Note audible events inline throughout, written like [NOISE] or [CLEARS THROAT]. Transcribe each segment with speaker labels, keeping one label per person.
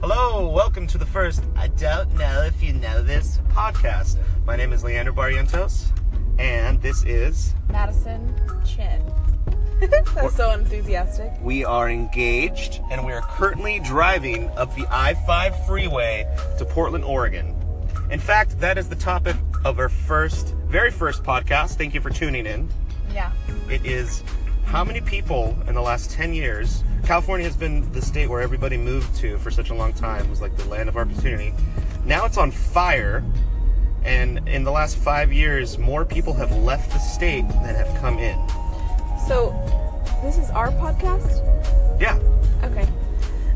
Speaker 1: Hello, welcome to the first I Don't Know If You Know This podcast. My name is Leander Barrientos, and this is
Speaker 2: Madison Chin. [LAUGHS] That's so enthusiastic.
Speaker 1: We Are Engaged, and we are currently driving up the I 5 freeway to Portland, Oregon. In fact, that is the topic of our first, very first podcast. Thank you for tuning in.
Speaker 2: Yeah.
Speaker 1: It is how many people in the last 10 years, California has been the state where everybody moved to for such a long time, It was like the land of opportunity. Now it's on fire, and in the last five years, more people have left the state than have come in.
Speaker 2: So, this is our podcast?
Speaker 1: Yeah,
Speaker 2: Okay.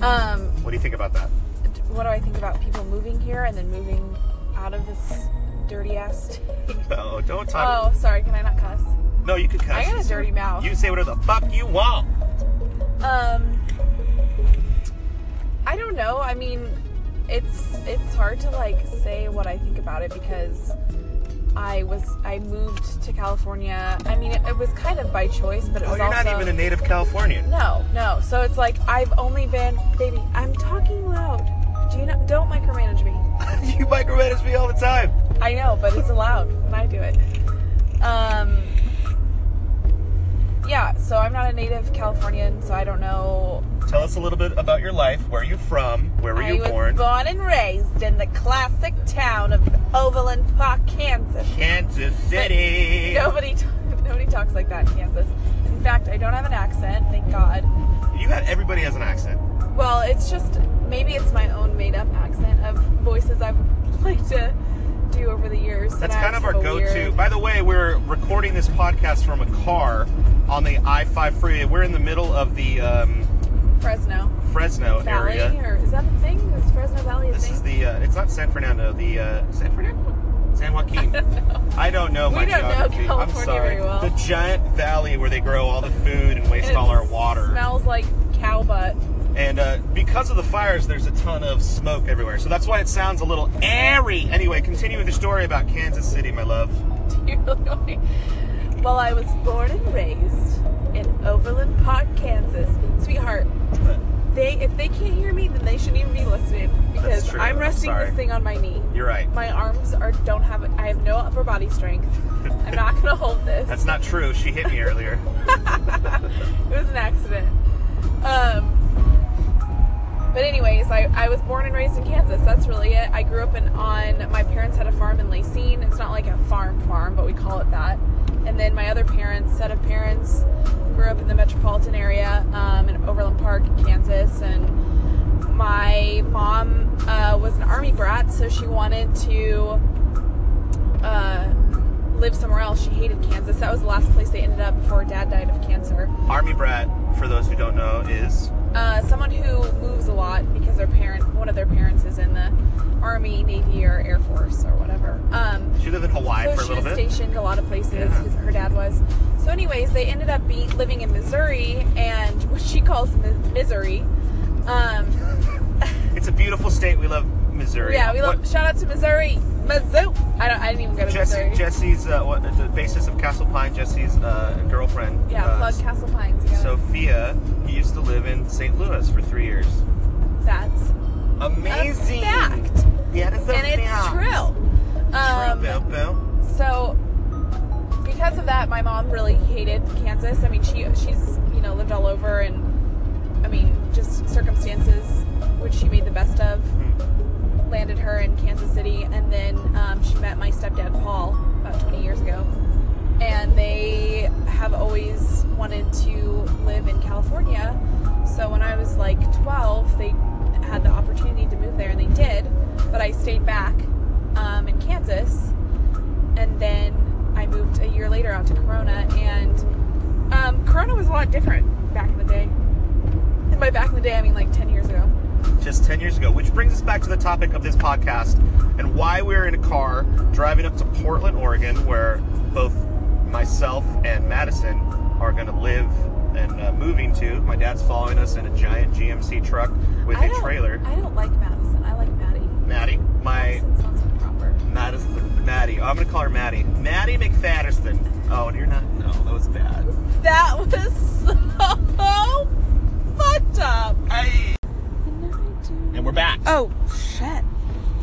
Speaker 2: Um,
Speaker 1: what do you think about that? [LAUGHS]
Speaker 2: d- what do I think about people moving here and then moving out of this dirty ass state?
Speaker 1: Oh, don't
Speaker 2: Oh,
Speaker 1: talk.
Speaker 2: sorry, can I not cuss?
Speaker 1: No, you can cuss.
Speaker 2: I got a dirty mouth.
Speaker 1: You say whatever the fuck you want.
Speaker 2: Um, I don't know. I mean, it's it's hard to like say what I think about it because I was I moved to California. I mean, it, it was kind of by choice, but it
Speaker 1: Oh,
Speaker 2: was
Speaker 1: you're
Speaker 2: also
Speaker 1: not even a native Californian.
Speaker 2: No, no. So it's like I've only been, baby. I'm talking loud. Do you not? Don't micromanage me.
Speaker 1: [LAUGHS] you micromanage me all the time.
Speaker 2: I know, but it's allowed when I do it. Um. Yeah. So I'm not a native Californian, so I don't know.
Speaker 1: Tell us a little bit about your life. Where are you from? Where were
Speaker 2: I
Speaker 1: you
Speaker 2: was
Speaker 1: born?
Speaker 2: born and raised in the classic town of Overland Park, Kansas.
Speaker 1: Kansas City.
Speaker 2: Nobody, t- nobody talks like that in Kansas. In fact, I don't have an accent. Thank God.
Speaker 1: You got everybody has an accent.
Speaker 2: Well, it's just maybe it's my own made up accent of voices I've [LAUGHS] liked to do over the years. and
Speaker 1: That's
Speaker 2: I
Speaker 1: kind
Speaker 2: just
Speaker 1: of our
Speaker 2: have a
Speaker 1: go to.
Speaker 2: weird-
Speaker 1: By the way, we're recording this podcast from a car on the I 5 freeway. We're in the middle of the um,
Speaker 2: Fresno
Speaker 1: Fresno
Speaker 2: Valley,
Speaker 1: area.
Speaker 2: or is that the thing? Is Fresno Valley a
Speaker 1: This
Speaker 2: thing?
Speaker 1: is the, uh, it's not San Fernando, the uh, San Fernando? San
Speaker 2: [LAUGHS]
Speaker 1: Joaquin. I don't know
Speaker 2: We
Speaker 1: my
Speaker 2: don't know
Speaker 1: geography. I'm
Speaker 2: California
Speaker 1: sorry.
Speaker 2: very well.
Speaker 1: The giant valley where they grow all the food and waste
Speaker 2: And it
Speaker 1: all our water.
Speaker 2: Smells like cow butt. [LAUGHS]
Speaker 1: And uh, because of the fires, there's a ton of smoke everywhere. So that's why it sounds a little airy. Anyway, continue with your story about Kansas City, my love.
Speaker 2: Do you really want me- Well, I was born and raised in Overland Park, Kansas,
Speaker 1: [LAUGHS]
Speaker 2: sweetheart. They if they can't hear me, then they shouldn't even be listening because
Speaker 1: true.
Speaker 2: I'm
Speaker 1: I'm
Speaker 2: resting
Speaker 1: sorry.
Speaker 2: this thing on my knee.
Speaker 1: You're right.
Speaker 2: My arms are don't have I have no upper body strength. I'm not gonna hold this.
Speaker 1: That's not true. She hit me earlier.
Speaker 2: it was an accident. Um, but anyways, I, I was born and raised in Kansas. That's really it. I grew up in on my parents had a farm in Lacine. It's not like a farm farm, but we call it that. And then my other parents, set of parents, grew up in the metropolitan area um, in Overland Park, Kansas, and my mom uh, was an army brat, so she wanted to uh, live somewhere else. She hated Kansas. That was the last place they ended up before her dad died of cancer.
Speaker 1: Army brat, for those who don't know, is
Speaker 2: Uh, someone who moves a lot because their parent, one of their parents, is in the army, navy, or air force, or whatever. Um,
Speaker 1: she lived in Hawaii
Speaker 2: so
Speaker 1: for a
Speaker 2: she
Speaker 1: little
Speaker 2: was
Speaker 1: bit.
Speaker 2: stationed a lot of places
Speaker 1: Yeah.
Speaker 2: 'cause her dad was. So, anyways, they ended up be- living in Missouri, and [LAUGHS] what she calls mi- misery. Um,
Speaker 1: It's a beautiful state. We love Missouri.
Speaker 2: yeah, we love.
Speaker 1: What-
Speaker 2: Shout out to Missouri, Mizzou. I don't. I didn't even go to
Speaker 1: Jesse,
Speaker 2: Missouri.
Speaker 1: Jesse's uh, what, the basis of Castle Pine. Jesse's uh, girlfriend.
Speaker 2: yeah,
Speaker 1: uh,
Speaker 2: plug Castle Pines. You got it.
Speaker 1: Sophia used to live in St. Louis for three years.
Speaker 2: that's
Speaker 1: Amazing.
Speaker 2: fact.
Speaker 1: Yeah, that's a
Speaker 2: and it's
Speaker 1: fact.
Speaker 2: true. Um,
Speaker 1: True, Bill, Bill.
Speaker 2: so because of that my mom really hated kansas i mean she she's you know lived all over and i mean just circumstances which she made the best of landed her in kansas city and then um, she met my stepdad paul about 20 years ago and they have always wanted to live in california so when i was like 12 they had the opportunity to move there and they did but i stayed back um, in kansas and then I moved a year later out to Corona, and um, Corona was a lot different back in the day. And by back in the day, I mean like 10 years ago.
Speaker 1: just 10 years ago, which brings us back to the topic of this podcast and why we're in a car driving up to Portland, Oregon, where both myself and Madison are going to live and uh, moving to. My dad's following us in a giant GMC truck with
Speaker 2: I
Speaker 1: a
Speaker 2: don't-
Speaker 1: trailer.
Speaker 2: I don't like Madison. I like Maddie.
Speaker 1: Maddie, my
Speaker 2: Madison sounds so proper.
Speaker 1: Madison, Maddie. Oh, I'm going to call her Maddie. Maddie McFadderson. Oh, and you're not. No, that was bad.
Speaker 2: That [LAUGHS] was so fucked up.
Speaker 1: I.
Speaker 2: And
Speaker 3: we're back.
Speaker 2: Oh shit.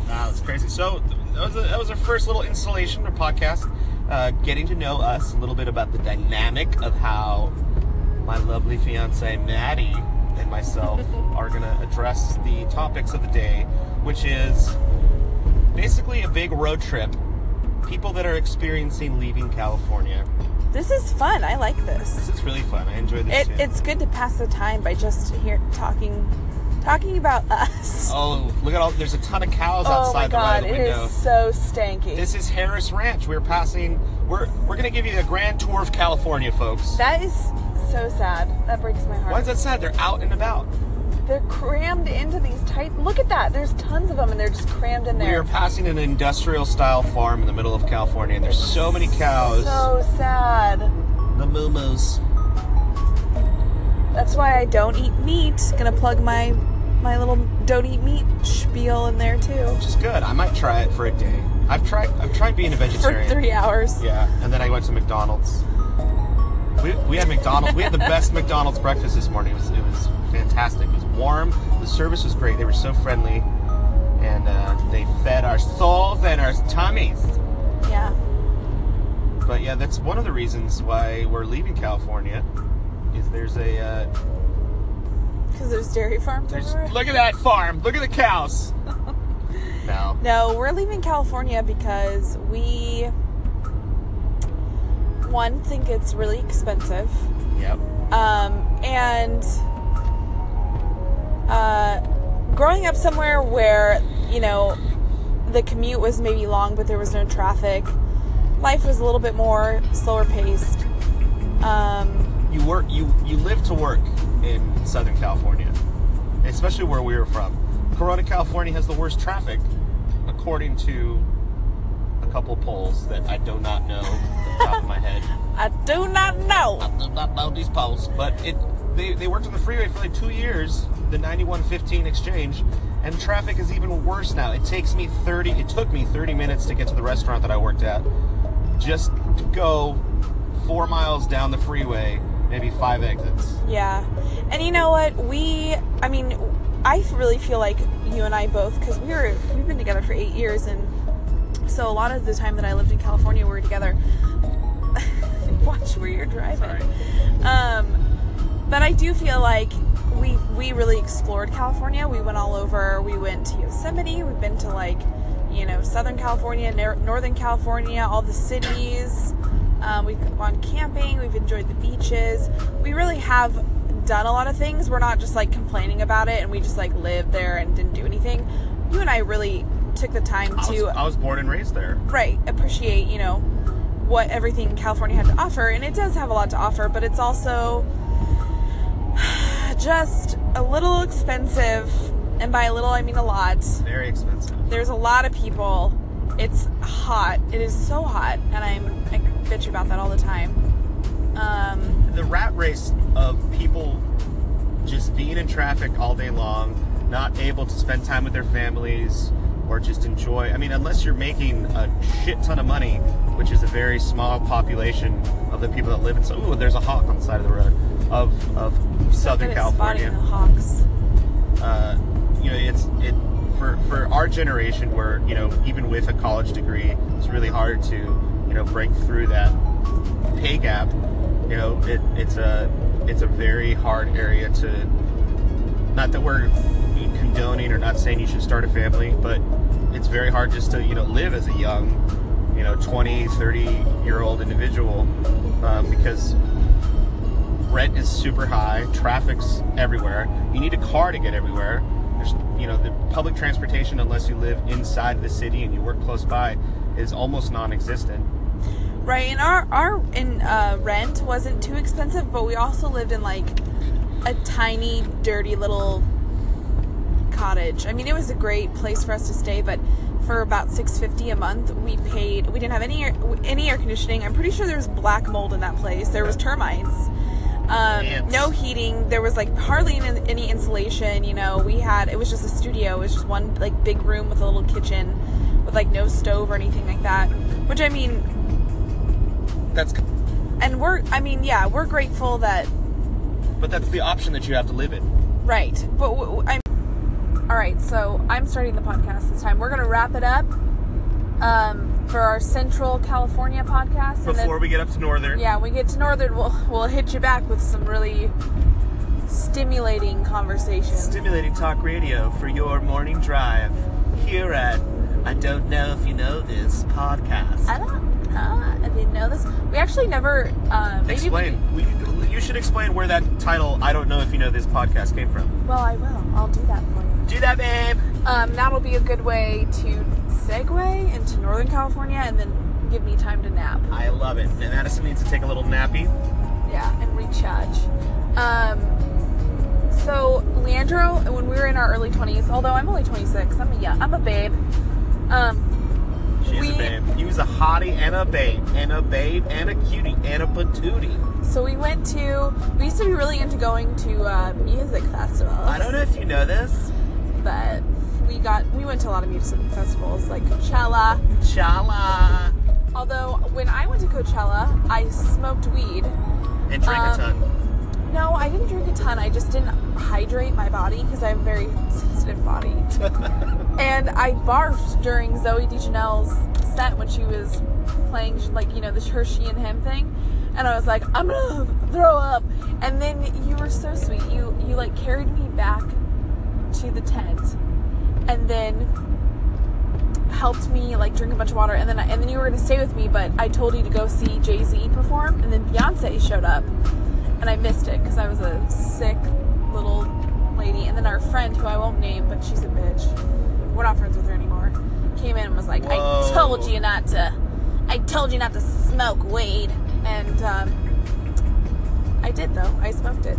Speaker 3: Wow, that's crazy.
Speaker 1: So th- that was, a, that was our first little installation or podcast, uh, getting to know us a little bit about the dynamic of how my lovely fiance Maddie and myself
Speaker 2: [LAUGHS]
Speaker 1: are going to address the topics of the day, which is basically a big road trip. People that are experiencing leaving California.
Speaker 2: This is fun. I like this.
Speaker 1: This is really fun. I enjoy this.
Speaker 2: It,
Speaker 1: too.
Speaker 2: it's good to pass the time by just here talking talking about us.
Speaker 1: oh look at all. There's a ton of cows
Speaker 2: Oh my
Speaker 1: outside the right
Speaker 2: god,
Speaker 1: of the
Speaker 2: it
Speaker 1: window.
Speaker 2: is so stanky.
Speaker 1: This is Harris Ranch. We're passing. We're we're gonna give you a grand tour of California, folks.
Speaker 2: that is so sad. That breaks my heart.
Speaker 1: Why is that sad? They're out and about.
Speaker 2: They're crammed into these tight. Look at that. There's tons of them, and they're just crammed in
Speaker 1: We
Speaker 2: there.
Speaker 1: are passing an industrial style farm in the middle of California, and there's so many cows.
Speaker 2: So sad.
Speaker 1: the moo-moos.
Speaker 2: That's why I don't eat meat. Gonna plug my my little don't eat meat spiel in there too
Speaker 1: Which is good. I might try it for a day. I've tried. I've tried being a
Speaker 2: for
Speaker 1: vegetarian.
Speaker 2: three hours.
Speaker 1: Yeah, and then I went to McDonald's. We, we had McDonald's. we had the best McDonald's breakfast this morning. It was it was fantastic. It was warm. The service was great. They were so friendly, and uh, they fed our souls and our tummies.
Speaker 2: Yeah.
Speaker 1: But yeah, that's one of the reasons why we're leaving California. Is there's a uh,
Speaker 2: Because there's dairy farms
Speaker 1: there's
Speaker 2: everywhere.
Speaker 1: look at that farm. Look at the cows. no.
Speaker 2: No, we're leaving California because we one think it's really expensive,
Speaker 1: Yep.
Speaker 2: um, and uh, growing up somewhere where you know the commute was maybe long, but there was no traffic. Life was a little bit more slower paced. Um,
Speaker 1: you work you you live to work in Southern California, especially where we were from. Corona, California has the worst traffic, according to a couple polls that I do not know off the top of my [LAUGHS] head.
Speaker 2: I do not
Speaker 1: I
Speaker 2: know.
Speaker 1: do not know these polls, but it they, they worked on the freeway for like two years, the 9115 exchange, and traffic is even worse now. It takes me 30. It took me 30 minutes to get to the restaurant that I worked at. Just go four miles down the freeway, maybe five exits.
Speaker 2: Yeah. And you know what? We, I mean, I really feel like you and I both, because we were, we've been together for eight years, and so a lot of the time that I lived in California, we were together. [LAUGHS] Watch where you're driving.
Speaker 1: Sorry.
Speaker 2: Um, but I do feel like we we really explored California. We went all over. We went to Yosemite. We've been to like, you know, Southern California, nor- Northern California, all the cities. Um, we've gone camping. We've enjoyed the beaches. We really have done a lot of things. We're not just like complaining about it and we just like lived there and didn't do anything. You and I really took the time
Speaker 1: I was,
Speaker 2: to
Speaker 1: I was born and raised there.
Speaker 2: right appreciate you know what everything california had to offer and it does have a lot to offer but it's also [SIGHS] just a little expensive and by a little i mean a lot
Speaker 1: Very expensive.
Speaker 2: there's a lot of people it's hot it is so hot and i'm i bitch about that all the time um
Speaker 1: The rat race of people just being in traffic all day long, not able to spend time with their families or just enjoy. I mean, unless you're making a shit ton of money, which is a very small population of the people that live in. So, ooh, there's a hawk on the side of the road of, of Southern
Speaker 2: good at spotting the
Speaker 1: California.
Speaker 2: hawks
Speaker 1: uh, you know, it's it for for our generation where you know even with a college degree, it's really hard to you know break through that pay gap. You know, it, it's a it's a very hard area to. Not that we're condoning or not saying you should start a family, but it's very hard just to you know live as a young, you know, 20, 30 year old individual um, because rent is super high, traffic's everywhere. You need a car to get everywhere. There's, you know, the public transportation, unless you live inside the city and you work close by, is almost non-existent.
Speaker 2: Right, and our our in uh, rent wasn't too expensive, but we also lived in like a tiny, dirty little cottage. I mean, it was a great place for us to stay, but for about six fifty a month, we paid. We didn't have any air, any air conditioning. I'm pretty sure there was black mold in that place. There was termites. Um,
Speaker 1: Ants.
Speaker 2: no heating. There was like hardly any, any insulation. You know, we had it was just a studio. It was just one like big room with a little kitchen, with like no stove or anything like that. Which I mean,
Speaker 1: That's,
Speaker 2: and we're i mean yeah we're grateful that
Speaker 1: but that's the option that you have to live in.
Speaker 2: right but w- w- i'm All right, so I'm starting the podcast this time. We're going to wrap it up um, for our Central California podcast. and then-
Speaker 1: Before we get up to northern,
Speaker 2: yeah, when we get to Northern, we'll, we'll hit you back with some really stimulating conversation.
Speaker 3: Stimulating talk radio for your morning drive here at I Don't Know If You Know This podcast.
Speaker 2: I don't know. I didn't know this. We actually never. Uh, maybe we-
Speaker 1: explain. We, you should explain where that title "I don't know if you know this" podcast came from.
Speaker 2: well, I will. I'll do that for you.
Speaker 1: Do that, babe.
Speaker 2: Um, that'll be a good way to segue into Northern California and then give me time to nap.
Speaker 1: I love it. And Addison needs to take a little nappy.
Speaker 2: Yeah, and recharge. Um, so Leandro, when we were in our early 20s, although I'm only 26, I'm a yeah, I'm a babe. Um,
Speaker 1: She's
Speaker 2: We-
Speaker 1: a babe. He was a hottie and a babe, and a babe and a cutie and a patootie.
Speaker 2: so we went to. We used to be really into going to uh, music festivals.
Speaker 3: I don't know if you know this.
Speaker 2: but we got we went to a lot of music festivals like Coachella.
Speaker 3: Chala.
Speaker 2: Although when I went to Coachella, I smoked weed.
Speaker 1: And drank
Speaker 2: Um,
Speaker 1: a ton.
Speaker 2: No, I didn't drink a ton. I just didn't hydrate my body because I have a very sensitive body. and I barfed during Zoe Deschanel's set when she was playing, like, you know, the her, she, and him thing. And I was like, I'm gonna throw up. And then you were so sweet. You, you like carried me back to the tent and then helped me like drink a bunch of water. And then, I, and then you were gonna stay with me, but I told you to go see Jay Z perform. And then Beyonce showed up and I missed it because I was a sick little lady. And then our friend, who I won't name, but she's a bitch. We're not friends with her anymore. Came in and was like,
Speaker 1: Whoa.
Speaker 2: "I told you not to. I told you not to smoke weed." And um, I did though. I smoked it,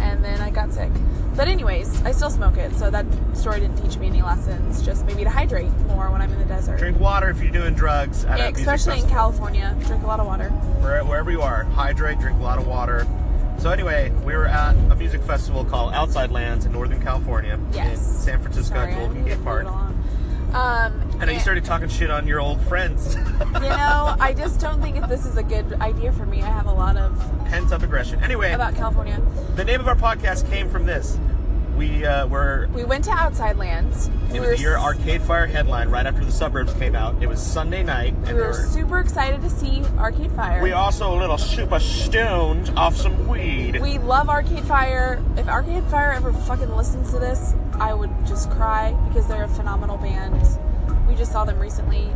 Speaker 2: and then I got sick. But anyways, I still smoke it, so that story didn't teach me any lessons. Just maybe to hydrate more when I'm in the desert.
Speaker 1: Drink water if you're doing drugs. At
Speaker 2: Yeah,
Speaker 1: a music
Speaker 2: especially in
Speaker 1: festival.
Speaker 2: California, drink a lot of water.
Speaker 1: Where- wherever you are, hydrate, drink a lot of water. So anyway, we were at a music festival called Outside Lands in Northern California, in
Speaker 2: Yes.
Speaker 1: San Francisco,
Speaker 2: Sorry,
Speaker 1: at
Speaker 2: I'm
Speaker 1: Golden
Speaker 2: moving
Speaker 1: Gate Park.
Speaker 2: along. Um,
Speaker 1: I know you
Speaker 2: and-
Speaker 1: started talking shit on your old friends. [LAUGHS]
Speaker 2: you know, I just don't think if this is a good idea for me. I have a lot of
Speaker 1: Pent up aggression. Anyway,
Speaker 2: about California.
Speaker 1: the name of our podcast came from this. We uh, were
Speaker 2: We went to Outside Lands. we
Speaker 1: it
Speaker 2: were
Speaker 1: was your
Speaker 2: s-
Speaker 1: Arcade Fire headline right after the suburbs came out. It was Sunday night, and
Speaker 2: we
Speaker 1: we
Speaker 2: were
Speaker 1: were,
Speaker 2: super excited to see Arcade Fire.
Speaker 1: we also a little super stoned off some weed.
Speaker 2: [LAUGHS] We love Arcade Fire. If Arcade Fire ever fucking listens to this, I would just cry because they're a phenomenal band. We just saw them recently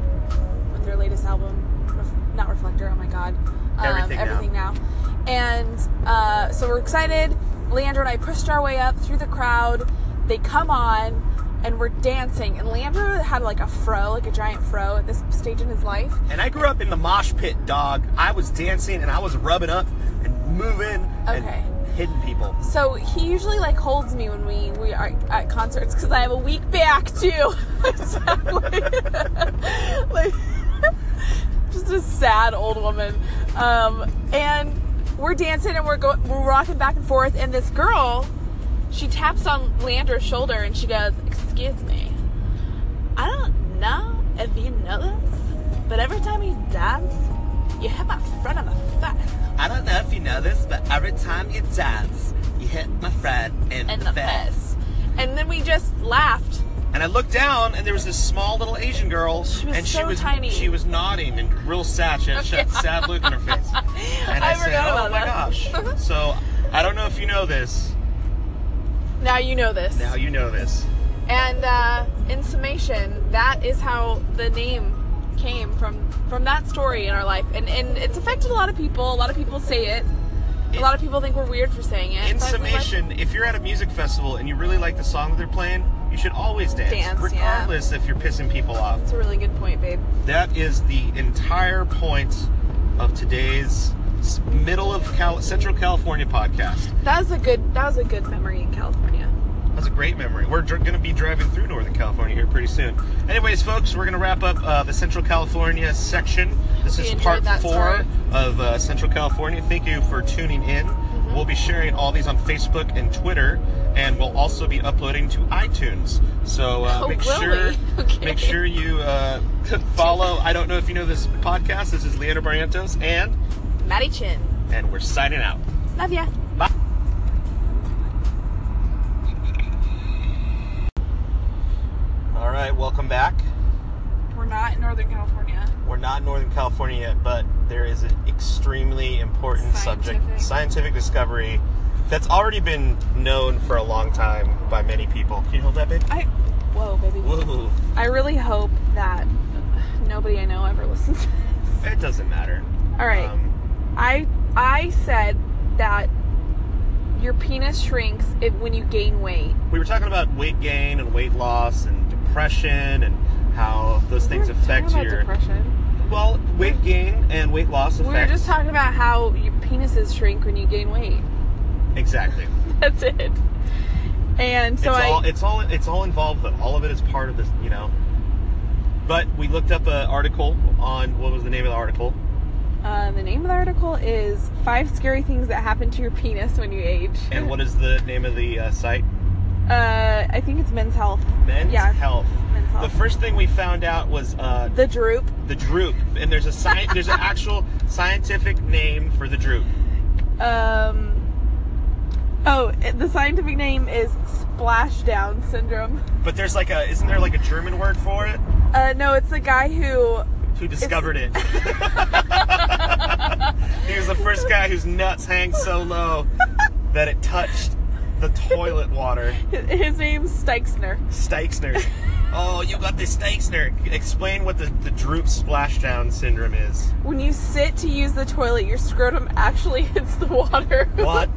Speaker 2: with their latest album, Ref- not Reflector. Oh my god, um,
Speaker 1: Everything Now.
Speaker 2: now. And uh, so we're excited. Leandro and I pushed our way up through the crowd. They come on. And we're dancing, and Leandro had like a fro, like a giant fro at this stage in his life.
Speaker 1: And I grew up in the mosh pit, dog. I was dancing and I was rubbing up and moving
Speaker 2: Okay.
Speaker 1: and hitting people.
Speaker 2: So he usually like holds me when we we are at concerts because I have a weak back too. [LAUGHS] So, like, [LAUGHS] like, just a sad old woman. Um, and we're dancing and we're go- we're rocking back and forth. And this girl, she taps on Leandra's shoulder and she goes, "Excuse me, I don't know if you know this, but every time you dance, you hit my front of my face."
Speaker 3: I don't know if you know this, but every time you dance, you hit my friend in
Speaker 2: and
Speaker 3: the
Speaker 2: the
Speaker 3: face.
Speaker 2: fez. And then we just laughed.
Speaker 1: And I looked down and there was this small little Asian girl
Speaker 2: She was
Speaker 1: and she
Speaker 2: so
Speaker 1: was
Speaker 2: tiny.
Speaker 1: she was nodding and real sad. She had
Speaker 2: Okay.
Speaker 1: a sad look on her face. And
Speaker 2: [LAUGHS] I
Speaker 1: I, said,
Speaker 2: forgot
Speaker 1: Oh
Speaker 2: about
Speaker 1: my
Speaker 2: that."
Speaker 1: gosh.
Speaker 2: [LAUGHS]
Speaker 1: So I don't know if you know this.
Speaker 2: Now you know this.
Speaker 1: Now you know this.
Speaker 2: and uh, in summation, that is how the name came from from that story in our life, and and it's affected a lot of people. A lot of people say it. A lot of people think we're weird for saying it.
Speaker 1: In
Speaker 2: but we like-
Speaker 1: summation, if you're at a music festival and you really like the song that they're playing, you should always dance,
Speaker 2: Dance, yeah.
Speaker 1: regardless if you're pissing people off.
Speaker 2: that's a really good point, babe.
Speaker 1: That is the entire point of today's s- middle of Cal- Central California podcast.
Speaker 2: That was a good that was a good memory in California.
Speaker 1: That's a great memory. We're dr- going to be driving through Northern California here pretty soon. Anyways, folks, we're going to wrap up uh, the Central California section. This
Speaker 2: We
Speaker 1: is
Speaker 2: enjoyed
Speaker 1: part
Speaker 2: that
Speaker 1: four
Speaker 2: story.
Speaker 1: of uh, Central California. Thank you for tuning in.
Speaker 2: Mm-hmm.
Speaker 1: We'll be sharing all these on Facebook and Twitter, and we'll also be uploading to iTunes. So uh,
Speaker 2: Oh,
Speaker 1: make
Speaker 2: will
Speaker 1: sure
Speaker 2: we? [LAUGHS] Okay.
Speaker 1: make sure you uh, [LAUGHS] follow. I don't know if you know this podcast. This is Leandro Barrientos, and
Speaker 2: Maddie Chin,
Speaker 1: and we're signing out.
Speaker 2: love ya.
Speaker 1: Bye. right, welcome back.
Speaker 2: We're not in Northern California.
Speaker 1: We're not in Northern California yet, but there is an extremely important subject,
Speaker 2: Scientific.
Speaker 1: scientific discovery, that's already been known for a long time by many people. Can you hold that, babe?
Speaker 2: I. Whoa, baby.
Speaker 1: Whoa.
Speaker 2: I really hope that nobody I know ever listens [LAUGHS] to this.
Speaker 1: It doesn't matter.
Speaker 2: All right.
Speaker 1: Um,
Speaker 2: I I said that your penis shrinks if, when you gain weight.
Speaker 1: we were talking about weight gain and weight loss and depression and how those things
Speaker 2: We weren't talking
Speaker 1: affect
Speaker 2: about
Speaker 1: your
Speaker 2: depression.
Speaker 1: well weight gain and weight loss
Speaker 2: We
Speaker 1: affects
Speaker 2: were just talking about how your penises shrink when you gain weight. [LAUGHS]
Speaker 1: exactly.
Speaker 2: That's it. And [LAUGHS] so
Speaker 1: it's
Speaker 2: I
Speaker 1: all it's all it's all involved though. All of it is part of this, you know. But we looked up an article on what was the name of the article?
Speaker 2: uh, the name of the article is Five Scary Things That Happen to Your Penis When You Age.
Speaker 1: And what is the name of the uh, site?
Speaker 2: Uh, I think it's Men's Health.
Speaker 1: Men's
Speaker 2: yeah,
Speaker 1: Health.
Speaker 2: Men's Health.
Speaker 1: The first thing we found out was uh,
Speaker 2: The droop.
Speaker 1: the droop, and there's a sci- there's an actual scientific name for the droop.
Speaker 2: Um. Oh, it- the scientific name is splashdown syndrome.
Speaker 1: But there's like a isn't there like a German word for it?
Speaker 2: Uh, no, it's the guy who
Speaker 1: Who discovered
Speaker 2: [LAUGHS]
Speaker 1: it? he was the first guy whose nuts hang so low that it touched the toilet water.
Speaker 2: [LAUGHS] his name's Steichsner.
Speaker 1: Steichsner. Oh, you got the Steichsner. Explain what the, the droop splashdown syndrome is.
Speaker 2: When you sit to use the toilet, your scrotum actually [LAUGHS] hits the water. [LAUGHS]
Speaker 1: What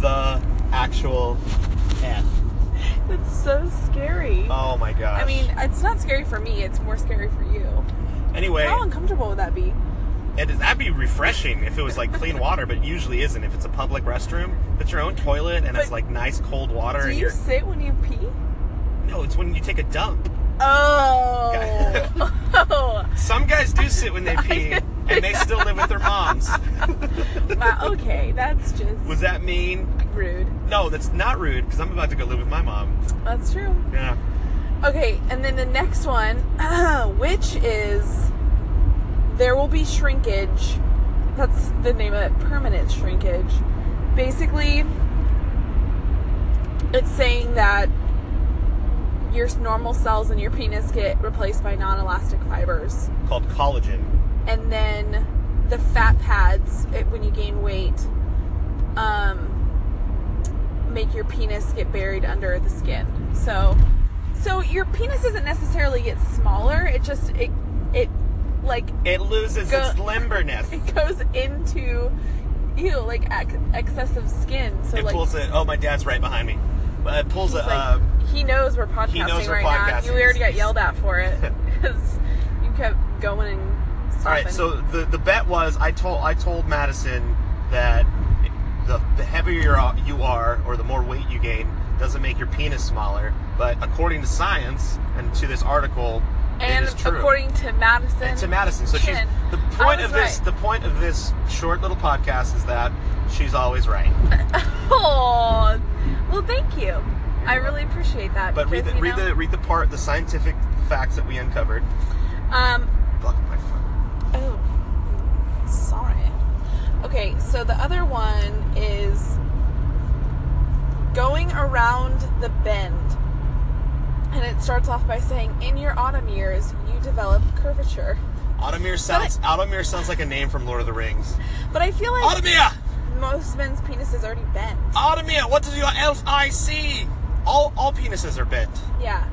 Speaker 1: the actual F?
Speaker 2: it's so scary.
Speaker 1: Oh my gosh.
Speaker 2: I mean, it's not scary for me. It's more scary for you.
Speaker 1: anyway,
Speaker 2: How uncomfortable would that be?
Speaker 1: it is, that'd be refreshing if it was like clean water, but it usually isn't. If it's a public restroom, if it's your own toilet and it's
Speaker 2: But
Speaker 1: like nice cold water
Speaker 2: Do
Speaker 1: and
Speaker 2: you
Speaker 1: you're.
Speaker 2: sit when you pee?
Speaker 1: No, it's when you take a dump. [LAUGHS]
Speaker 2: Oh. [LAUGHS] oh.
Speaker 1: Some guys do sit
Speaker 2: [LAUGHS]
Speaker 1: when they pee and they still live with their moms.
Speaker 2: Wow, okay, that's just
Speaker 1: Was that mean?
Speaker 2: rude.
Speaker 1: No, that's not rude because I'm about to go live with my mom.
Speaker 2: That's true.
Speaker 1: Yeah.
Speaker 2: Okay, and then the next one, [CLEARS THROAT] which is there will be shrinkage. That's the name of it, permanent shrinkage. Basically, it's saying that your normal cells in your penis get replaced by non-elastic fibers,
Speaker 1: Called collagen.
Speaker 2: and then the fat pads it, when you gain weight um, make your penis get buried under the skin. So, so your penis doesn't necessarily get smaller. It just it it like [LAUGHS]
Speaker 1: It loses
Speaker 2: Go-
Speaker 1: its limberness.
Speaker 2: it goes into you know, like ex- excessive skin. [LAUGHS] So
Speaker 1: it
Speaker 2: like,
Speaker 1: pulls it. Oh, my dad's right behind me. Uh, It pulls a.
Speaker 2: he's like-
Speaker 1: uh,
Speaker 2: he knows we're podcasting
Speaker 1: knows we're
Speaker 2: right now. You
Speaker 1: podcasting.
Speaker 2: already got yelled at for
Speaker 1: [LAUGHS]
Speaker 2: it [LAUGHS] because you kept going and.
Speaker 1: all right.
Speaker 2: stopping.
Speaker 1: So the the bet was I told I told Madison that the the heavier you are- you are or the more weight you gain doesn't make your penis smaller. But according to science and to this article,
Speaker 2: and
Speaker 1: it is true.
Speaker 2: according to Madison,
Speaker 1: and to Madison. So she's
Speaker 2: Chin,
Speaker 1: the
Speaker 2: I
Speaker 1: point
Speaker 2: was
Speaker 1: of this.
Speaker 2: right.
Speaker 1: The point of this short little podcast is that she's always right.
Speaker 2: Oh, well, thank you. I really appreciate that.
Speaker 1: But read the,
Speaker 2: because, you
Speaker 1: read
Speaker 2: know,
Speaker 1: the read the part the scientific facts that we uncovered.
Speaker 2: Um.
Speaker 1: Block my phone.
Speaker 2: Oh, sorry. Okay, so the other one is going around the bend, and it starts off by saying, "In your autumn years, you develop curvature."
Speaker 1: Automir sounds Automir sounds like a name from Lord of the
Speaker 2: [LAUGHS]
Speaker 1: Rings.
Speaker 2: But I feel like
Speaker 1: Automir,
Speaker 2: most men's penises already bend.
Speaker 1: Automir, what does your elf eye see? All all penises are bent.
Speaker 2: Yeah.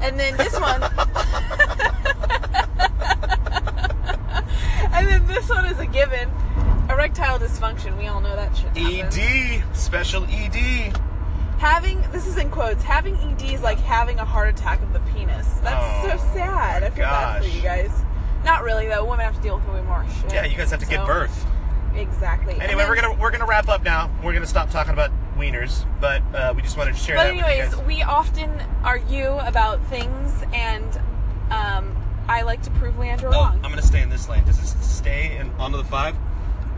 Speaker 2: And then this
Speaker 1: [LAUGHS]
Speaker 2: one. and then this one is a given. Erectile dysfunction. We all know that shit. happens.
Speaker 1: ED E special E ED.
Speaker 2: Having this is in quotes. Having ED is like having a heart attack of the penis. That's
Speaker 1: Oh,
Speaker 2: so sad. I feel bad for
Speaker 1: gosh.
Speaker 2: you guys. Not really though. Women have to deal with way more shit.
Speaker 1: Yeah, you guys have to
Speaker 2: So,
Speaker 1: give birth.
Speaker 2: Exactly. And
Speaker 1: Anyway,
Speaker 2: then-
Speaker 1: we're gonna we're gonna wrap up now. We're gonna stop talking about wieners, but uh, we just wanted to share
Speaker 2: But
Speaker 1: that with
Speaker 2: anyways,
Speaker 1: you guys.
Speaker 2: we often argue about things, and um, I like to prove Leandro
Speaker 1: Oh,
Speaker 2: wrong.
Speaker 1: I'm gonna stay in this lane. Does it stay in onto the five?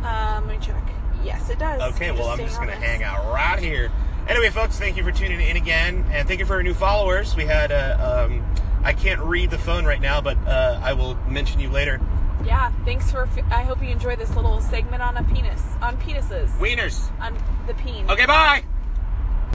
Speaker 2: Um, let me check. Yes, it does.
Speaker 1: Okay, well I'm just gonna hang
Speaker 2: out.
Speaker 1: out right here. Anyway, folks, thank you for tuning in again, and thank you for our new followers. We had uh, um, I can't read the phone right now, but uh, I will mention you later.
Speaker 2: Yeah, thanks for. F- I hope you enjoy this little segment on a penis, on penises,
Speaker 1: Wieners.
Speaker 2: on the peen.
Speaker 1: Okay, bye.